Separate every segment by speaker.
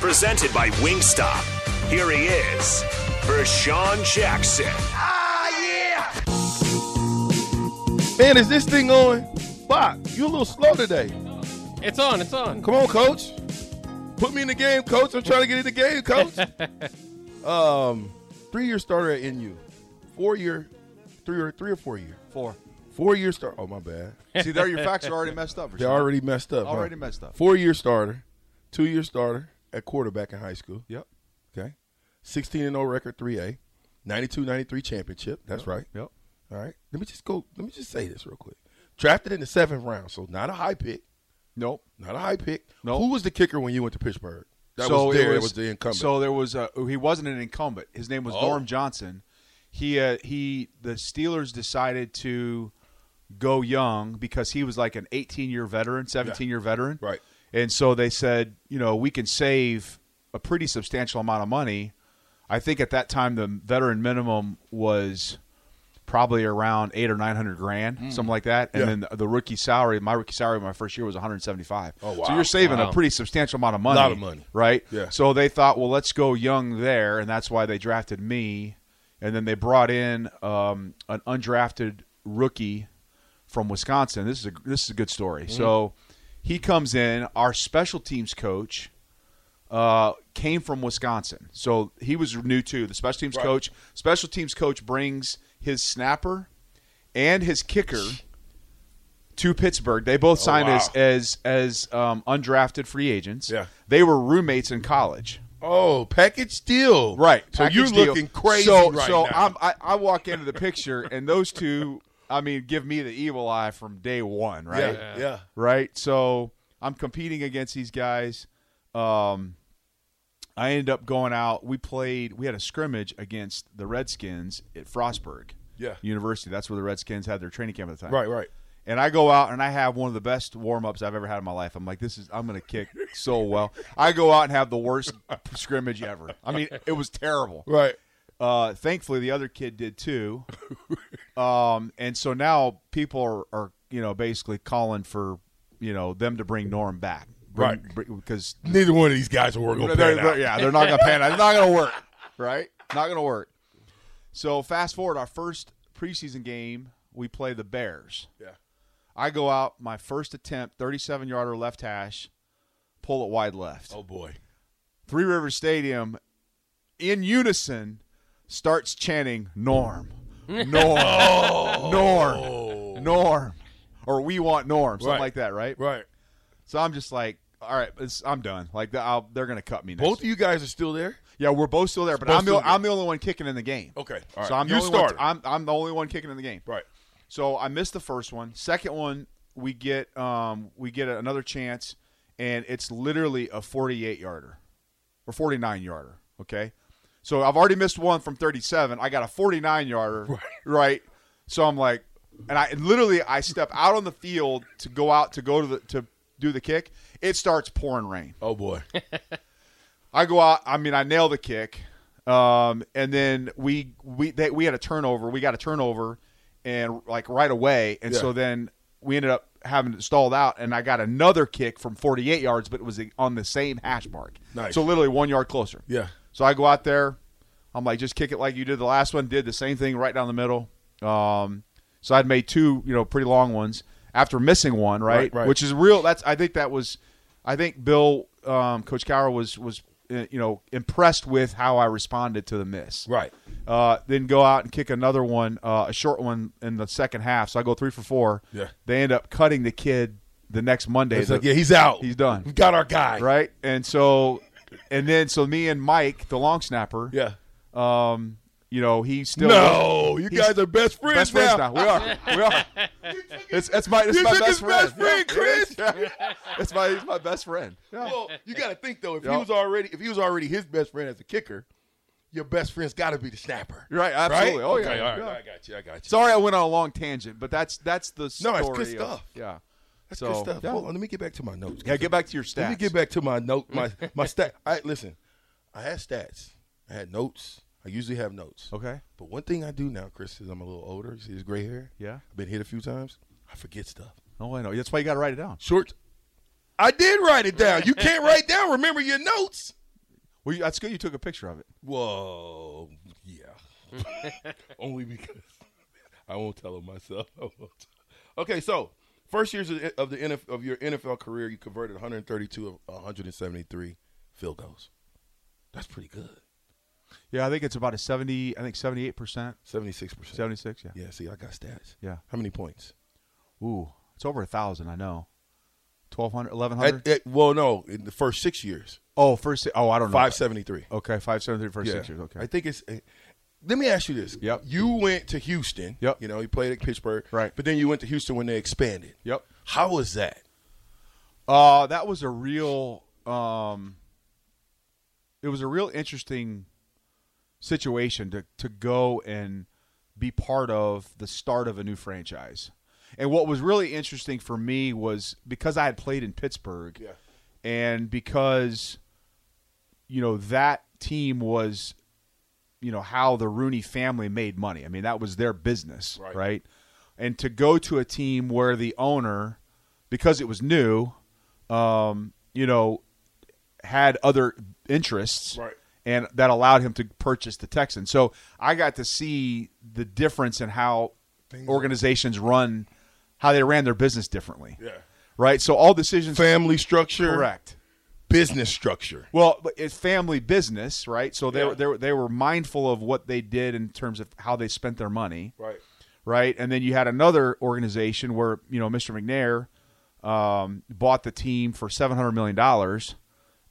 Speaker 1: Presented by Wingstop. Here he is, Vershawn Jackson.
Speaker 2: Man, is this thing on? Bach, you a little slow today.
Speaker 3: It's on. It's on.
Speaker 2: Come on, coach. Put me in the game, coach. I'm trying to get in the game, coach. um, three year starter at NU. Four year, three or three or four year.
Speaker 4: Four.
Speaker 2: Four year start. Oh my bad.
Speaker 4: See, there your facts are already messed up.
Speaker 2: They're already messed up. huh?
Speaker 4: Already messed up.
Speaker 2: Four year starter, two year starter at quarterback in high school.
Speaker 4: Yep.
Speaker 2: Okay. 16 and 0 record, 3A. 92 93 championship. That's right.
Speaker 4: Yep.
Speaker 2: All right. Let me just go. Let me just say this real quick. Drafted in the seventh round, so not a high pick.
Speaker 4: Nope.
Speaker 2: Not a high pick.
Speaker 4: No.
Speaker 2: Who was the kicker when you went to Pittsburgh? That
Speaker 4: so
Speaker 2: was there.
Speaker 4: It
Speaker 2: It was the incumbent.
Speaker 4: So there was a, he wasn't an incumbent. His name was
Speaker 2: Oh.
Speaker 4: Norm Johnson. He uh, he the Steelers decided to go young because he was like an 18 year veteran, 17 year veteran.
Speaker 2: Right.
Speaker 4: And so they said, you know, we can save a pretty substantial amount of money. I think at that time the veteran minimum was probably around eight or nine hundred grand, something like that. And
Speaker 2: Hmm. Yeah.
Speaker 4: then the, the rookie salary, my rookie salary my first year was 175.
Speaker 2: Oh,
Speaker 4: So
Speaker 2: wow.
Speaker 4: you're saving
Speaker 3: Wow.
Speaker 4: a pretty substantial amount of money.
Speaker 2: Lot of money.
Speaker 4: Right?
Speaker 2: Yeah.
Speaker 4: So they thought, well, let's go young there, and that's why they drafted me. And then they brought in um, an undrafted rookie from Wisconsin. This is a this is a good story.
Speaker 2: Mm-hmm.
Speaker 4: So he comes in. Our special teams coach uh, came from Wisconsin, so he was new too. The special teams coach, special teams coach brings his snapper and his kicker to Pittsburgh. They both signed
Speaker 2: Oh, wow.
Speaker 4: as as as um, undrafted free agents.
Speaker 2: Yeah.
Speaker 4: they were roommates in college.
Speaker 2: oh, package deal.
Speaker 4: Right.
Speaker 2: So
Speaker 4: package
Speaker 2: you're
Speaker 4: deal.
Speaker 2: looking crazy
Speaker 4: So,
Speaker 2: right
Speaker 4: so
Speaker 2: now.
Speaker 4: I'm, I, I walk into the picture, and those two, I mean, give me the evil eye from day one,
Speaker 2: yeah,
Speaker 4: right?
Speaker 2: yeah.
Speaker 4: Right. So I'm competing against these guys. Um, I ended up going out. We played. We had a scrimmage against the Redskins at Frostburg
Speaker 2: Yeah.
Speaker 4: University. That's where the Redskins had their training camp at the time.
Speaker 2: Right, right.
Speaker 4: And I go out and I have one of the best warm ups I've ever had in my life. I'm like, this is I'm gonna kick so well. I go out and have the worst scrimmage ever. I mean, it was terrible.
Speaker 2: Right.
Speaker 4: Uh, thankfully, the other kid did too. Um, and so now people are, are you know basically calling for you know them to bring Norm back, Bring-
Speaker 2: Right.
Speaker 4: bring- Because
Speaker 2: Neither one of these guys were going to
Speaker 4: they're-
Speaker 2: pan
Speaker 4: they're-
Speaker 2: out.
Speaker 4: yeah, they're not gonna pan out. It's not gonna work, right? Not gonna work. So fast forward, our first preseason game, we play the Bears.
Speaker 2: Yeah.
Speaker 4: I go out, my first attempt, 37 yarder left hash, pull it wide left.
Speaker 2: Oh boy.
Speaker 4: Three Rivers Stadium, in unison, starts chanting Norm,
Speaker 2: Oh.
Speaker 4: Norm, Norm, Norm, or we want Norm, something
Speaker 2: Right.
Speaker 4: like that, right?
Speaker 2: Right.
Speaker 4: So I'm just like, all right, it's, I'm done. Like the- I'll, they're gonna cut me. Next
Speaker 2: Both of you guys are still there.
Speaker 4: yeah, we're both still there, but
Speaker 2: Both
Speaker 4: I'm the,
Speaker 2: still there.
Speaker 4: I'm the only one kicking in the game.
Speaker 2: Okay, all right.
Speaker 4: so I'm the
Speaker 2: You
Speaker 4: only one,
Speaker 2: started.
Speaker 4: I'm I'm the only one kicking in the game.
Speaker 2: Right.
Speaker 4: So I missed the first one. Second one, we get um we get another chance, and it's literally a 48 yarder, or 49 yarder. Okay. So I've already missed one from 37. I got a 49 yarder. Right. So I'm like, and I and literally I step out on the field to go out to go to the to do the kick. It starts pouring rain.
Speaker 2: Oh boy.
Speaker 4: I go out. I mean, I nail the kick, um, and then we we they, we had a turnover. We got a turnover, and like right away, and
Speaker 2: Yeah.
Speaker 4: so then we ended up having it stalled out. And I got another kick from 48 yards, but it was on the same hash mark.
Speaker 2: Nice.
Speaker 4: So literally one yard closer.
Speaker 2: Yeah.
Speaker 4: So I go out there. I'm like, just kick it like you did the last one. Did the same thing right down the middle. Um, so I'd made two, you know, pretty long ones after missing one, right?
Speaker 2: Right, right.
Speaker 4: Which is real. That's I think that was, I think Bill um, Coach Cowher was was uh, you know impressed with how I responded to the miss.
Speaker 2: Right.
Speaker 4: Uh, then go out and kick another one, uh, a short one in the second half. So I go three for four.
Speaker 2: Yeah.
Speaker 4: They end up cutting the kid the next Monday.
Speaker 2: It's
Speaker 4: The-
Speaker 2: like, yeah, he's out.
Speaker 4: He's done.
Speaker 2: We got our guy.
Speaker 4: right? And so, and then so me and Mike, the long snapper.
Speaker 2: Yeah.
Speaker 4: Um, you know he still
Speaker 2: No, you
Speaker 4: he's-
Speaker 2: guys are best friends
Speaker 4: best friends
Speaker 2: now.
Speaker 4: now. We are. We are. It's, it's my it's
Speaker 2: You
Speaker 4: my
Speaker 2: took
Speaker 4: best
Speaker 2: his
Speaker 4: friend.
Speaker 2: best friend,
Speaker 4: Yeah,
Speaker 2: Chris.
Speaker 4: yeah. It's my it's my best friend. Yeah.
Speaker 2: Well, you got to think though. If
Speaker 4: Yeah.
Speaker 2: he was already, if he was already his best friend as a kicker, your best friend's got to be the snapper.
Speaker 4: Right, absolutely. Oh, yeah,
Speaker 2: Okay, all right,
Speaker 4: yeah.
Speaker 2: I got you. I got you.
Speaker 4: Sorry, I went on a long tangent, but that's that's the
Speaker 2: No,
Speaker 4: story.
Speaker 2: it's good
Speaker 4: of-
Speaker 2: stuff.
Speaker 4: Yeah.
Speaker 2: That's
Speaker 4: so,
Speaker 2: good stuff.
Speaker 4: Yeah.
Speaker 2: Hold on, let me get back to my notes.
Speaker 4: Yeah, get back to your stats.
Speaker 2: Let me get back to my note. My my stat. I listen. I had stats. I had notes. I usually have notes.
Speaker 4: Okay.
Speaker 2: But one thing I do now, Chris, is I'm a little older. You see his gray hair?
Speaker 4: Yeah.
Speaker 2: I've been hit a few times. I forget stuff.
Speaker 4: Oh, I know. That's why you got to write it down.
Speaker 2: Short. I did write it down. You can't write down. Remember your notes.
Speaker 4: Well, you, that's good. You took a picture of it.
Speaker 2: Whoa, yeah. Only because I won't tell him myself. I won't tell- Okay, so first years of of the NF, of your NFL career, you converted 132 of 173 field goals. That's pretty good.
Speaker 4: Yeah, I think it's about a seventy. I think seventy-eight percent,
Speaker 2: 76 percent.
Speaker 4: seventy-six. Yeah.
Speaker 2: Yeah. See, I got stats.
Speaker 4: Yeah.
Speaker 2: How many points?
Speaker 4: Ooh, it's over a thousand. I know. 1,200, 1,100?
Speaker 2: At, at, well, no, in the first six years,
Speaker 4: Oh, first. Oh, I don't know.
Speaker 2: 573.
Speaker 4: Okay, five seven three first
Speaker 2: Yeah.
Speaker 4: six years. Okay.
Speaker 2: I think it's. eh, Let me ask you this.
Speaker 4: Yep.
Speaker 2: You went to Houston.
Speaker 4: Yep.
Speaker 2: You know, you played at Pittsburgh.
Speaker 4: Right.
Speaker 2: But then you went to Houston when they expanded.
Speaker 4: Yep.
Speaker 2: How was that?
Speaker 4: Uh, that was a real. Um, it was a real interesting situation to to go and be part of the start of a new franchise. And what was really interesting for me was because I had played in Pittsburgh,
Speaker 2: Yeah.
Speaker 4: and because you know that team was you know how the Rooney family made money. I mean, that was their business,
Speaker 2: Right.
Speaker 4: right? And to go to a team where the owner, because it was new, um, you know, had other interests,
Speaker 2: Right.
Speaker 4: and that allowed him to purchase the Texans. So I got to see the difference in how organizations run, how they ran their business differently.
Speaker 2: Yeah.
Speaker 4: Right. So all decisions.
Speaker 2: Family structure.
Speaker 4: Correct.
Speaker 2: Business structure.
Speaker 4: Well, but it's family business, right? So they
Speaker 2: Yeah.
Speaker 4: were they, were they were mindful of what they did in terms of how they spent their money,
Speaker 2: Right.
Speaker 4: right? And then you had another organization where you know Mr. McNair um, bought the team for seven hundred million dollars,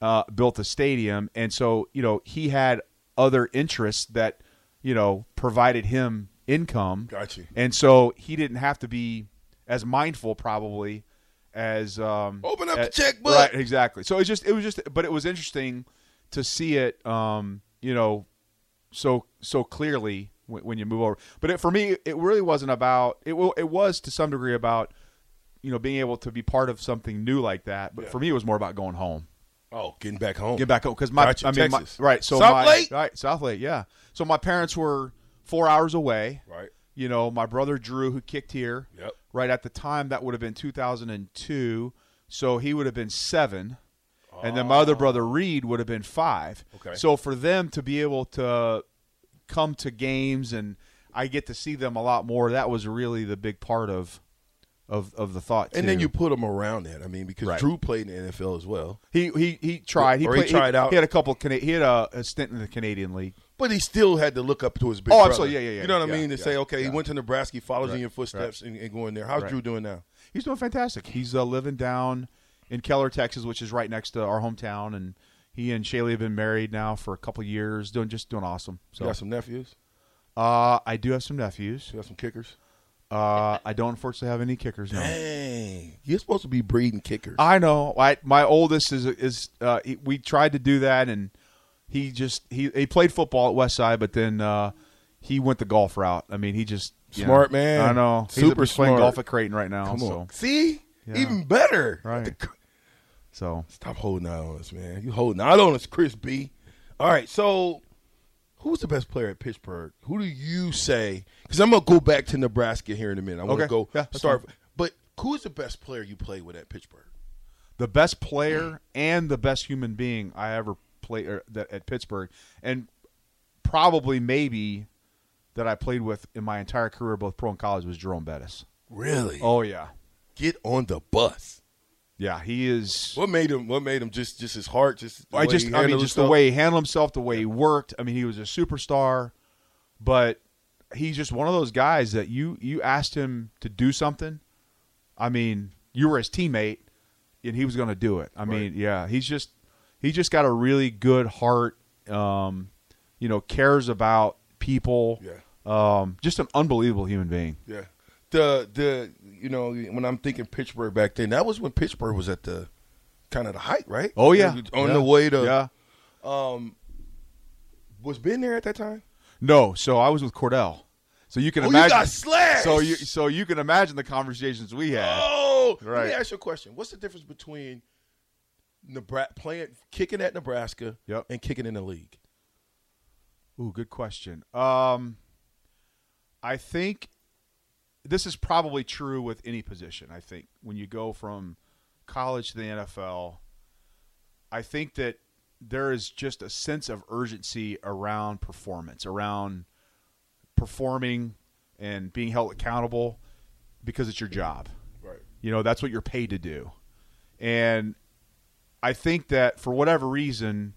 Speaker 4: uh, built a stadium, and so you know he had other interests that you know provided him income.
Speaker 2: Gotcha.
Speaker 4: And so he didn't have to be as mindful probably as um,
Speaker 2: Open up
Speaker 4: a-
Speaker 2: the checkbook.
Speaker 4: Right, exactly. So it's just it was just but it was interesting to see it um, you know so so clearly when, when you move over. But it, for me it really wasn't about it will it was to some degree about you know being able to be part of something new like that, but for me it was more about going home.
Speaker 2: Oh, getting back home.
Speaker 4: Get back home because my
Speaker 2: Gotcha,
Speaker 4: I mean my-
Speaker 2: Texas.
Speaker 4: right so
Speaker 2: South
Speaker 4: my,
Speaker 2: Lake?
Speaker 4: right South Lake yeah so my parents were four hours away
Speaker 2: Right.
Speaker 4: you know my brother Drew who kicked here
Speaker 2: Yep.
Speaker 4: right at the time that would have been 2002 so he would have been seven and then my other brother Reed would have been five
Speaker 2: Oh. Okay.
Speaker 4: so for them to be able to come to games and I get to see them a lot more that was really the big part of of of the thought
Speaker 2: And then
Speaker 4: too.
Speaker 2: you put them around that. I mean, because
Speaker 4: Right.
Speaker 2: Drew played in the NFL as well,
Speaker 4: He he he tried. He,
Speaker 2: Or he
Speaker 4: played,
Speaker 2: tried out.
Speaker 4: He had a couple. Of Cana- he had a, a stint in the Canadian League.
Speaker 2: but he still had to look up to his big
Speaker 4: Oh,
Speaker 2: brother.
Speaker 4: absolutely. Yeah, yeah, yeah.
Speaker 2: You know what I
Speaker 4: Yeah,
Speaker 2: mean? To
Speaker 4: yeah,
Speaker 2: say, okay, he
Speaker 4: yeah.
Speaker 2: went to Nebraska, he follows in
Speaker 4: Right,
Speaker 2: your footsteps and, and going there. How's
Speaker 4: Right.
Speaker 2: Drew doing now?
Speaker 4: He's doing fantastic. He's uh, living down in Keller, Texas, which is right next to our hometown, and he and Shaylee have been married now for a couple years. Doing just doing awesome.
Speaker 2: You
Speaker 4: So
Speaker 2: got some nephews?
Speaker 4: uh, I do have some nephews.
Speaker 2: You got some kickers?
Speaker 4: Uh, I don't unfortunately have any kickers. No.
Speaker 2: Dang. You're supposed to be breeding kickers.
Speaker 4: I know. I, my oldest is is uh, he, we tried to do that, and he just he he played football at West Side, but then uh, he went the golf route. I mean, he just you
Speaker 2: Smart
Speaker 4: know,
Speaker 2: man.
Speaker 4: I know. He's-
Speaker 2: Super
Speaker 4: he's playing
Speaker 2: smart.
Speaker 4: golf at Creighton right now.
Speaker 2: Come
Speaker 4: so.
Speaker 2: on. See?
Speaker 4: Yeah.
Speaker 2: Even better.
Speaker 4: Right.
Speaker 2: The cr-
Speaker 4: So
Speaker 2: Stop holding out on us, man. You holding out on us, Chris B. All right, so who's the best player at Pittsburgh? Who do you say? Because I'm gonna go back to Nebraska here in a minute. I want to
Speaker 4: Okay.
Speaker 2: go
Speaker 4: Yeah, that's
Speaker 2: start, but who's the best player you played with at Pittsburgh?
Speaker 4: the best player and the best human being I ever played er, that at Pittsburgh, and probably maybe that I played with in my entire
Speaker 2: Oh.
Speaker 4: career, both pro and college, was Jerome Bettis.
Speaker 2: Really?
Speaker 4: Oh yeah,
Speaker 2: Get on the bus.
Speaker 4: Yeah, he is.
Speaker 2: What made him? What made him just just his heart? Just the
Speaker 4: I
Speaker 2: way
Speaker 4: just,
Speaker 2: he
Speaker 4: I mean,
Speaker 2: handled
Speaker 4: just the
Speaker 2: himself?
Speaker 4: way he handled himself, the way he worked. I mean, he was a superstar, but he's just one of those guys that you you asked him to do something. I mean, you were his teammate, and he was going to do it. I mean, yeah, he's just he just got a really good heart. Um, you know, cares about people.
Speaker 2: Yeah.
Speaker 4: Um, just an unbelievable human being.
Speaker 2: Yeah. The the you know when I'm thinking Pittsburgh back then, that was when Pittsburgh was at the kind of the height, right?
Speaker 4: Oh yeah,
Speaker 2: On
Speaker 4: Yeah.
Speaker 2: the way to
Speaker 4: yeah.
Speaker 2: was Ben there at that time?
Speaker 4: No, so I was with Cordell. So you can
Speaker 2: Oh, you
Speaker 4: imagine.
Speaker 2: got slashed!
Speaker 4: So you so you can imagine the conversations we had.
Speaker 2: Oh, Let
Speaker 4: Right.
Speaker 2: me ask you a question. What's the difference between Nebraska playing kicking at Nebraska
Speaker 4: Yep.
Speaker 2: and kicking in the league?
Speaker 4: Ooh, good question. Um, I think this is probably true with any position. I think when you go from college to the NFL, I think that there is just a sense of urgency around performance, around performing and being held accountable because it's your job.
Speaker 2: Right.
Speaker 4: You know, that's what you're paid to do. And I think that for whatever reason,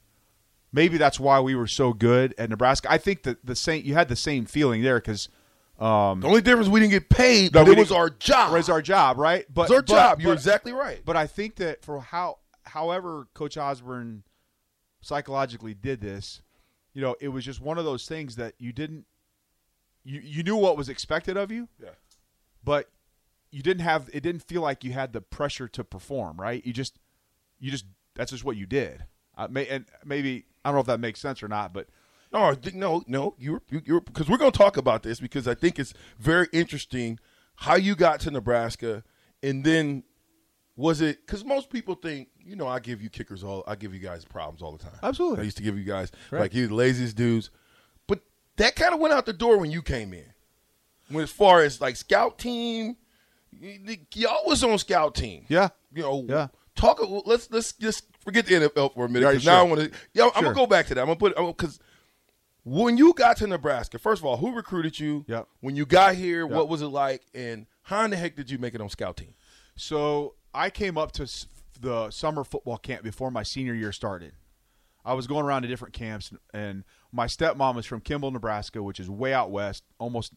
Speaker 4: maybe that's why we were so good at Nebraska. I think that the same you had the same feeling there because
Speaker 2: the only difference we didn't get paid, but it was our job.
Speaker 4: It was our job, right? But
Speaker 2: It was our
Speaker 4: but-
Speaker 2: job. You're
Speaker 4: but-
Speaker 2: exactly right.
Speaker 4: But I think that for how, however, Coach Osborne psychologically did this, you know, it was just one of those things that you didn't, you you knew what was expected of you,
Speaker 2: yeah.
Speaker 4: but you didn't have it didn't feel like you had the pressure to perform right you just you just that's just what you did uh, may, and maybe i don't know if that makes sense or not but
Speaker 2: No, I think- no, no. You're you're because we're going to talk about this because I think it's very interesting how you got to Nebraska, and then was it because most people think you know I give you kickers all I give you guys problems all the time.
Speaker 4: Absolutely.
Speaker 2: I used to give you guys
Speaker 4: Correct.
Speaker 2: like you the laziest dudes, but that kind of went out the door when you came in. When as far as like scout team, y- y- y'all was on scout team.
Speaker 4: Yeah.
Speaker 2: you know.
Speaker 4: Yeah.
Speaker 2: Talk. Let's let's just forget the NFL for a minute.
Speaker 4: Right,
Speaker 2: 'cause Now I
Speaker 4: sure.
Speaker 2: want to. Yeah, I'm
Speaker 4: Sure.
Speaker 2: gonna go back to that. I'm gonna put because when you got to Nebraska, first of all, who recruited you?
Speaker 4: Yep.
Speaker 2: When you got here,
Speaker 4: Yep.
Speaker 2: what was it like? And how in the heck did you make it on scout team?
Speaker 4: so i came up to s- the summer football camp before my senior year started i was going around to different camps and, and my stepmom is from kimball nebraska which is way out west almost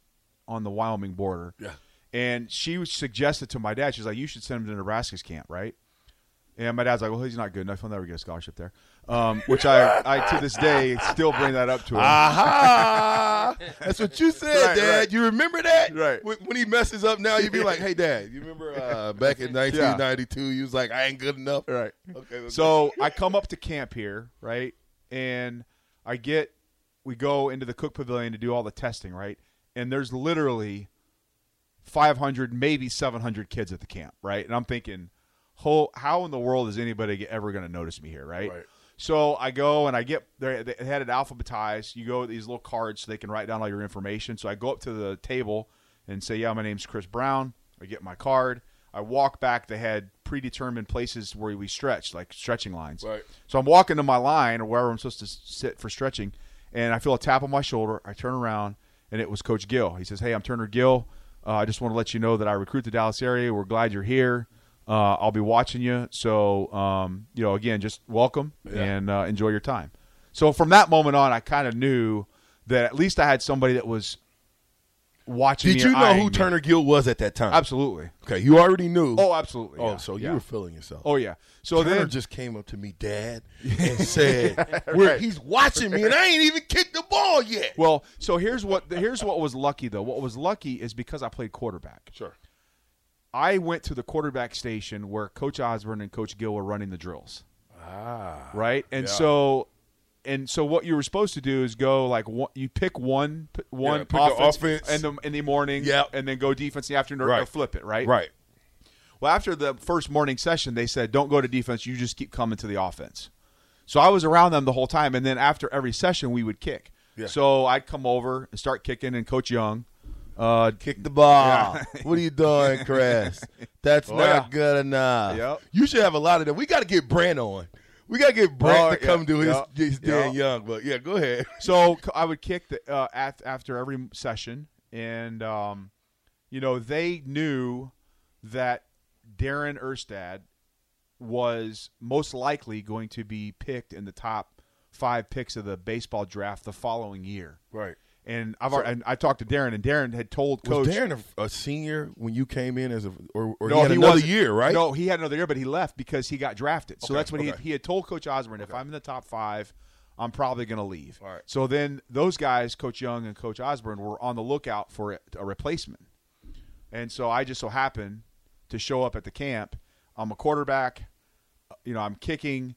Speaker 4: on the wyoming border
Speaker 2: Yeah.
Speaker 4: and she suggested to my dad she's like you should send him to nebraska's camp right And my dad's like, well, he's not good enough. He'll never get a scholarship there. Um, which I, I, to this day, still bring that up to him.
Speaker 2: Aha! Ah, That's what you said,
Speaker 4: Right,
Speaker 2: Dad.
Speaker 4: right.
Speaker 2: You remember that?
Speaker 4: Right.
Speaker 2: When, when he messes up now, you'd be like, "Hey, Dad, you remember uh, back in 1992? You was like, I ain't good enough."
Speaker 4: Right.
Speaker 2: Okay. okay.
Speaker 4: So I come up to camp here, right? And I get, we go into the Cook Pavilion to do all the testing, right? And there's literally 500, maybe 700 kids at the camp, right? And I'm thinking, how, how in the world is anybody ever going to notice me here, right?
Speaker 2: Right.
Speaker 4: So I go and I get they they had it alphabetized. You go with these little cards so they can write down all your information. So I go up to the table and say, "Yeah, my name's Chris Brown." I get my card. I walk back. They had predetermined places where we stretched, like stretching lines.
Speaker 2: Right.
Speaker 4: So I'm walking to my line or wherever I'm supposed to s- sit for stretching, and I feel a tap on my shoulder. I turn around, and it was Coach Gill. He says, "Hey, I'm Turner Gill. Uh, I just want to let you know that I recruit the Dallas area. We're glad you're here. Uh, I'll be watching you. So, um, you know, again, just welcome and uh, enjoy your time." So from that moment on, I kind of knew that at least I had somebody that was watching.
Speaker 2: did
Speaker 4: me
Speaker 2: you
Speaker 4: and
Speaker 2: know
Speaker 4: eyeing
Speaker 2: who
Speaker 4: me.
Speaker 2: Turner Gill was at that time?
Speaker 4: Absolutely.
Speaker 2: Okay, you already knew.
Speaker 4: Oh, absolutely.
Speaker 2: Oh,
Speaker 4: Yeah.
Speaker 2: so
Speaker 4: Yeah.
Speaker 2: you were feeling yourself.
Speaker 4: Oh yeah. So
Speaker 2: Turner
Speaker 4: then
Speaker 2: just came up to me, Dad, and said, "We're- "He's watching me, and I ain't even kicked the ball yet."
Speaker 4: Well, so here's what here's what was lucky though. What was lucky is because I played quarterback.
Speaker 2: sure.
Speaker 4: I went to the quarterback station where Coach Osborne and Coach Gill were running the drills. Ah. Right? And so and so what you were supposed to do is go like one, you pick one p- one
Speaker 2: pick the
Speaker 4: offense,
Speaker 2: offense.
Speaker 4: in the in the morning
Speaker 2: Yep.
Speaker 4: and then go defense in the afternoon or
Speaker 2: Right.
Speaker 4: flip it, right?
Speaker 2: Right.
Speaker 4: Well, after the first morning session, they said, "Don't go to defense. You just keep coming to the offense." So I was around them the whole time, and then after every session, we would kick.
Speaker 2: Yeah.
Speaker 4: So I'd come over and start kicking, and Coach Young, uh,
Speaker 2: Kick the ball. what are you doing, Chris? That's not
Speaker 4: Oh, yeah.
Speaker 2: good enough.
Speaker 4: Yep.
Speaker 2: You should have a lot of that. We got to get Brant on. We got to get Brant
Speaker 4: Oh,
Speaker 2: to come
Speaker 4: yeah,
Speaker 2: do his,
Speaker 4: yeah,
Speaker 2: his Dan
Speaker 4: yeah.
Speaker 2: Young. But yeah, go ahead.
Speaker 4: so c- I would kick the, uh, af- after every session, and um, you know they knew that Darren Erstad was most likely going to be picked in the top five picks of the baseball draft the following year.
Speaker 2: Right.
Speaker 4: And I've already and I talked to Darren, and Darren had told Coach
Speaker 2: was Darren a, a senior when you came in as a or, or
Speaker 4: no,
Speaker 2: he had
Speaker 4: he
Speaker 2: another
Speaker 4: wasn't.
Speaker 2: year, right?
Speaker 4: No, he had another year, but he left because he got drafted. so
Speaker 2: Okay,
Speaker 4: that's what
Speaker 2: okay.
Speaker 4: he, he had told Coach Osborne, if I'm in the top five, I'm probably going to leave.
Speaker 2: All right.
Speaker 4: So then those guys, Coach Young and Coach Osborne, were on the lookout for a, a replacement. And so I just so happened to show up at the camp. I'm a quarterback. You know, I'm kicking.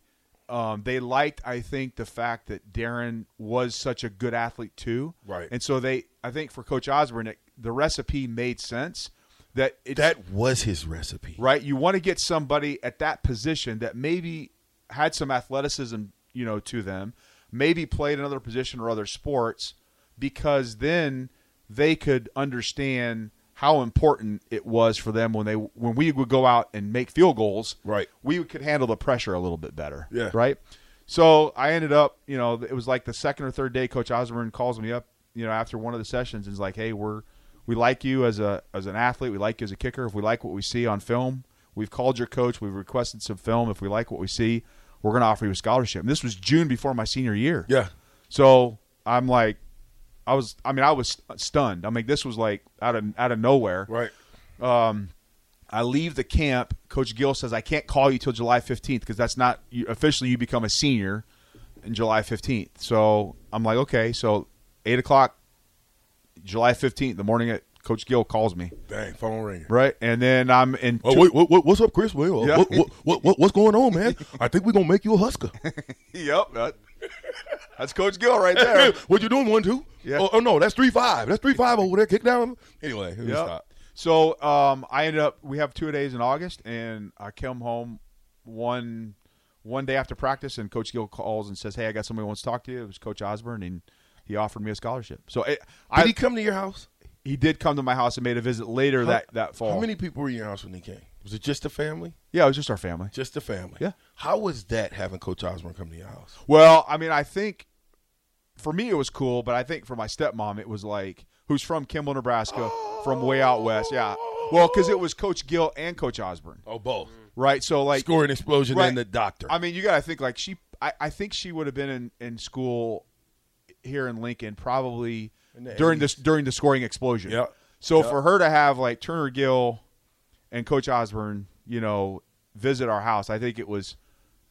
Speaker 4: Um, they liked, I think, the fact that Darren was such a good athlete too.
Speaker 2: Right.
Speaker 4: And so they, I think, for Coach Osborne, it, the recipe made sense. That it's,
Speaker 2: that was his recipe.
Speaker 4: right? You want to get somebody at that position that maybe had some athleticism, you know, to them, maybe played another position or other sports, because then they could understand how important it was for them when they when we would go out and make field goals.
Speaker 2: Right.
Speaker 4: We could handle the pressure a little bit better.
Speaker 2: Yeah.
Speaker 4: Right. So I ended up, you know, it was like the second or third day. Coach Osborne calls me up, you know, after one of the sessions and is like, "Hey, we're we like you as a as an athlete. We like you as a kicker. If we like what we see on film, we've called your coach. We've requested some film. If we like what we see, we're going to offer you a scholarship." And this was June before my senior year.
Speaker 2: Yeah.
Speaker 4: So I'm like, I was, I mean, I was stunned. I mean, this was like out of out of nowhere.
Speaker 2: Right.
Speaker 4: I leave the camp. Coach Gill says I can't call you till July 15th because that's not you, officially you become a senior in July 15th. So I'm like, okay, so eight o'clock, July 15th, the morning, at Coach Gill calls me,
Speaker 2: Dang, phone ringer.
Speaker 4: right, and then I'm in.
Speaker 2: Oh,
Speaker 4: two-
Speaker 2: wait, what, what, what's up, Chris? Wait, what,
Speaker 4: Yeah.
Speaker 2: what, what, what, what's going on, man? I think we're gonna make you a Husker.
Speaker 4: Yep, that- that's Coach Gill right there.
Speaker 2: what you doing, one two?
Speaker 4: Yeah.
Speaker 2: Oh, oh, no, that's three five. That's three five over there. Kick down. Anyway, it was
Speaker 4: Yep.
Speaker 2: not-
Speaker 4: So um, I ended up. We have two days in August, and I come home one one day after practice, and Coach Gill calls and says, "Hey, I got somebody who wants to talk to you." It was Coach Osborne, and he offered me a scholarship. So it,
Speaker 2: Did
Speaker 4: I
Speaker 2: he come to your house?
Speaker 4: he did come to my house and made a visit later that that fall.
Speaker 2: How many people were in your house when he came? Was it just the family?
Speaker 4: Yeah, it was just our family.
Speaker 2: Just the family.
Speaker 4: Yeah.
Speaker 2: How was that having Coach Osborne come to your house?
Speaker 4: Well, I mean, I think for me it was cool, but I think for my stepmom it was like, who's from Kimball, Nebraska, from way out west. Yeah. Well, because it was Coach Gill and Coach Osborne,
Speaker 2: Oh, both.
Speaker 4: right? So like
Speaker 2: Scoring explosion
Speaker 4: Right.
Speaker 2: and the doctor.
Speaker 4: I mean, you got to think like she. I, I think she would have been in, in school here in Lincoln probably
Speaker 2: In the
Speaker 4: during this during the scoring explosion.
Speaker 2: Yep.
Speaker 4: So for her to have like Turner Gill and Coach Osborne, you know, visit our house, I think it was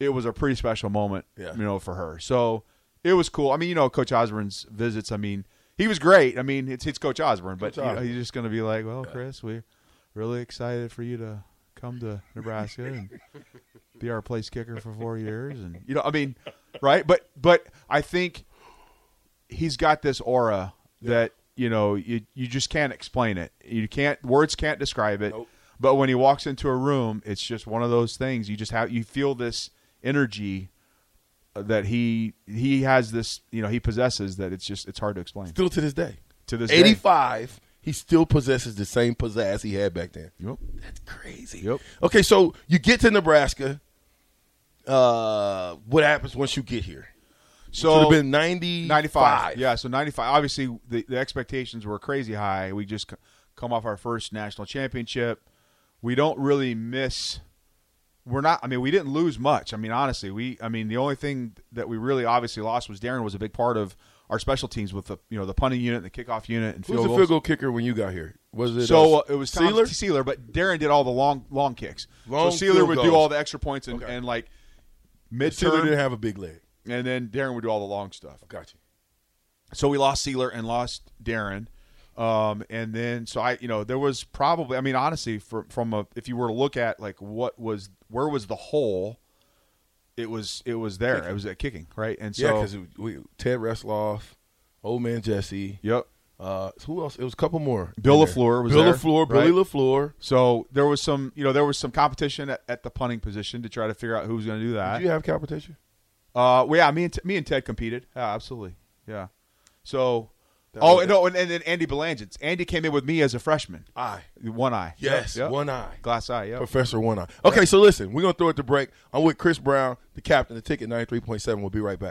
Speaker 4: it was a pretty special moment,
Speaker 2: Yeah.
Speaker 4: you know, for her. So it was cool. I mean, you know, Coach Osborne's visits. I mean, he was great. I mean, it's it's Coach Osborne, but
Speaker 2: Coach
Speaker 4: you know,
Speaker 2: Osborne.
Speaker 4: he's just going to be like, well, Chris, we're really excited for you to come to Nebraska and be our place kicker for four years and you know i mean right but but i think he's got this aura that you know you, you just can't explain it you can't words can't describe it
Speaker 2: Nope.
Speaker 4: but when he walks into a room it's just one of those things you just have you feel this energy uh, that he he has this you know he possesses that it's just it's hard to explain
Speaker 2: still to this day.
Speaker 4: to this day.
Speaker 2: 85, he still possesses the same pizzazz he had back then.
Speaker 4: Yep.
Speaker 2: That's crazy.
Speaker 4: Yep.
Speaker 2: Okay, so you get to Nebraska. Uh, what happens once you get here?
Speaker 4: so
Speaker 2: Should have been 90,
Speaker 4: 95. Yeah, so 95. Obviously, the, the expectations were crazy high. We just c- come off our first national championship. We don't really miss. We're not. I mean, we didn't lose much. I mean, honestly, we. I mean, the only thing that we really obviously lost was Darren was a big part of our special teams with the you know the punting unit, the kickoff unit, and
Speaker 2: Who
Speaker 4: field
Speaker 2: was the
Speaker 4: goals.
Speaker 2: field goal kicker when you got here? Was it
Speaker 4: So
Speaker 2: uh,
Speaker 4: uh, it was Tom
Speaker 2: Sealer?
Speaker 4: Sealer, but Darren did all the long long kicks.
Speaker 2: Long
Speaker 4: so Sealer
Speaker 2: field
Speaker 4: would
Speaker 2: goals.
Speaker 4: do all the extra points and, and like
Speaker 2: Sealer didn't
Speaker 4: midterm,
Speaker 2: have a big leg.
Speaker 4: and then Darren would do all the long stuff.
Speaker 2: Got you.
Speaker 4: so we lost Sealer and lost Darren. Um, and then so I, you know, there was probably, I mean, honestly, from from a, if you were to look at like what was where was the hole, it was it was there. It was at kicking, right? And
Speaker 2: Yeah,
Speaker 4: so
Speaker 2: because Ted Resloff, Old Man Jesse.
Speaker 4: yep.
Speaker 2: Uh, who else? It was a couple more.
Speaker 4: Bill
Speaker 2: in there.
Speaker 4: LaFleur was
Speaker 2: Bill
Speaker 4: there,
Speaker 2: LaFleur, Billy
Speaker 4: right?
Speaker 2: LaFleur.
Speaker 4: So there was some, you know, there was some competition at, at the punting position to try to figure out who was going to do that.
Speaker 2: Did you have competition?
Speaker 4: Uh, well, yeah, me and T- me and Ted competed. Yeah, absolutely. Yeah. So,
Speaker 2: That
Speaker 4: oh
Speaker 2: was-
Speaker 4: and no, and, and then Andy Belangens. Andy came in with me as a freshman,
Speaker 2: Aye.
Speaker 4: one eye.
Speaker 2: Ah. Yes,
Speaker 4: Yep, yep.
Speaker 2: one eye.
Speaker 4: glass eye. Yeah.
Speaker 2: Professor One Eye. Okay, so listen, we're going to throw it to break. I'm with Chris Brown, the captain, the ticket 93.7. We'll be right back.